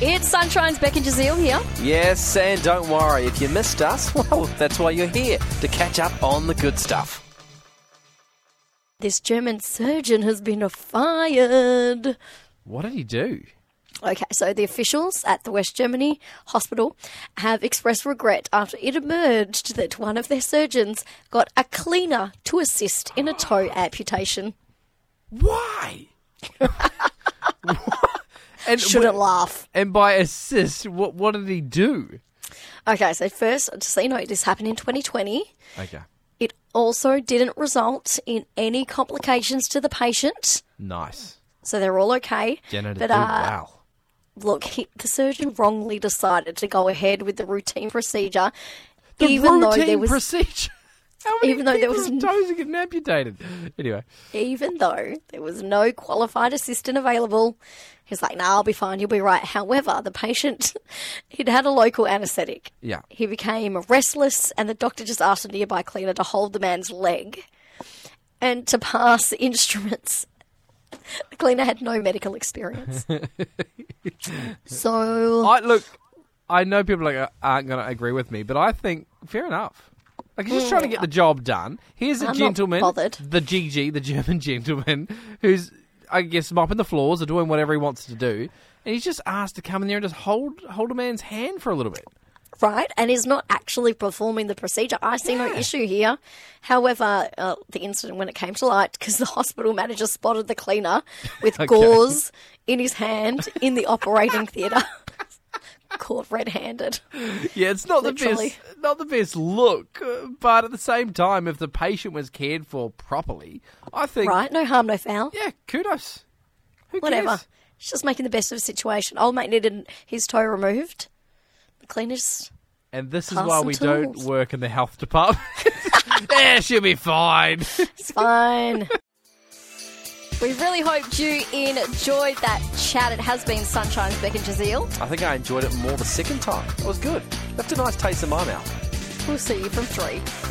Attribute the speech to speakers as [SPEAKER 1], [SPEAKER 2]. [SPEAKER 1] It's Sunshine's Becky Jazeel here.
[SPEAKER 2] Yes, and don't worry, if you missed us, well, that's why you're here, to catch up on the good stuff.
[SPEAKER 1] This German surgeon has been fired.
[SPEAKER 3] What did he do?
[SPEAKER 1] Okay, so the officials at the West Germany hospital have expressed regret after it emerged that one of their surgeons got a cleaner to assist in a toe amputation.
[SPEAKER 3] Why? and,
[SPEAKER 1] Shouldn't laugh.
[SPEAKER 3] and by assist, what what did he do?
[SPEAKER 1] Okay, so first, just so you know, this happened in 2020.
[SPEAKER 3] Okay,
[SPEAKER 1] It also didn't result in any complications to the patient,
[SPEAKER 3] nice.
[SPEAKER 1] so they're all okay.
[SPEAKER 3] Janitor,
[SPEAKER 1] but
[SPEAKER 3] do
[SPEAKER 1] uh,
[SPEAKER 3] well.
[SPEAKER 1] look, he, the surgeon wrongly decided to go ahead with the routine procedure,
[SPEAKER 3] The
[SPEAKER 1] even though
[SPEAKER 3] routine
[SPEAKER 1] there was
[SPEAKER 3] procedure. How many
[SPEAKER 1] even though there
[SPEAKER 3] people's
[SPEAKER 1] was n-
[SPEAKER 3] toes are getting amputated? Anyway,
[SPEAKER 1] even though there was no qualified assistant available. He's like, "Nah, I'll be fine. You'll be right." However, the patient he'd had a local anaesthetic.
[SPEAKER 3] yeah.
[SPEAKER 1] He became restless, and the doctor just asked a nearby cleaner to hold the man's leg and to pass the instruments. The cleaner had no medical experience. so,
[SPEAKER 3] I look. I know people like aren't going to agree with me, but I think fair enough. Like he's just trying to get the job done. Here's a
[SPEAKER 1] I'm not
[SPEAKER 3] gentleman,
[SPEAKER 1] bothered.
[SPEAKER 3] the GG, the German gentleman, who's I guess mopping the floors or doing whatever he wants to do, and he's just asked to come in there and just hold hold a man's hand for a little bit.
[SPEAKER 1] right, and is not actually performing the procedure. I see no issue here. However, uh, the incident when it came to light, because the hospital manager spotted the cleaner with gauze in his hand in the operating theatre, caught red handed.
[SPEAKER 3] Yeah, it's not
[SPEAKER 1] Literally.
[SPEAKER 3] the best, not the best look, uh, but at the same time, if the patient was cared for properly, I think
[SPEAKER 1] Right, no harm, no foul.
[SPEAKER 3] yeah, kudos. Who
[SPEAKER 1] whatever.
[SPEAKER 3] cares?
[SPEAKER 1] It's just making the best of the situation. Old mate needed his toe removed. The cleaners.
[SPEAKER 3] And this is
[SPEAKER 1] Pass
[SPEAKER 3] why
[SPEAKER 1] some
[SPEAKER 3] we don't
[SPEAKER 1] tools.
[SPEAKER 3] work in the health department. yeah, she'll be fine.
[SPEAKER 1] It's fine. we really hoped you enjoyed that chat. It has been Sunshine's Beck and Jazeel.
[SPEAKER 2] I think I enjoyed it more the second time. It was good. Left a nice taste in my mouth.
[SPEAKER 1] We'll see you from three.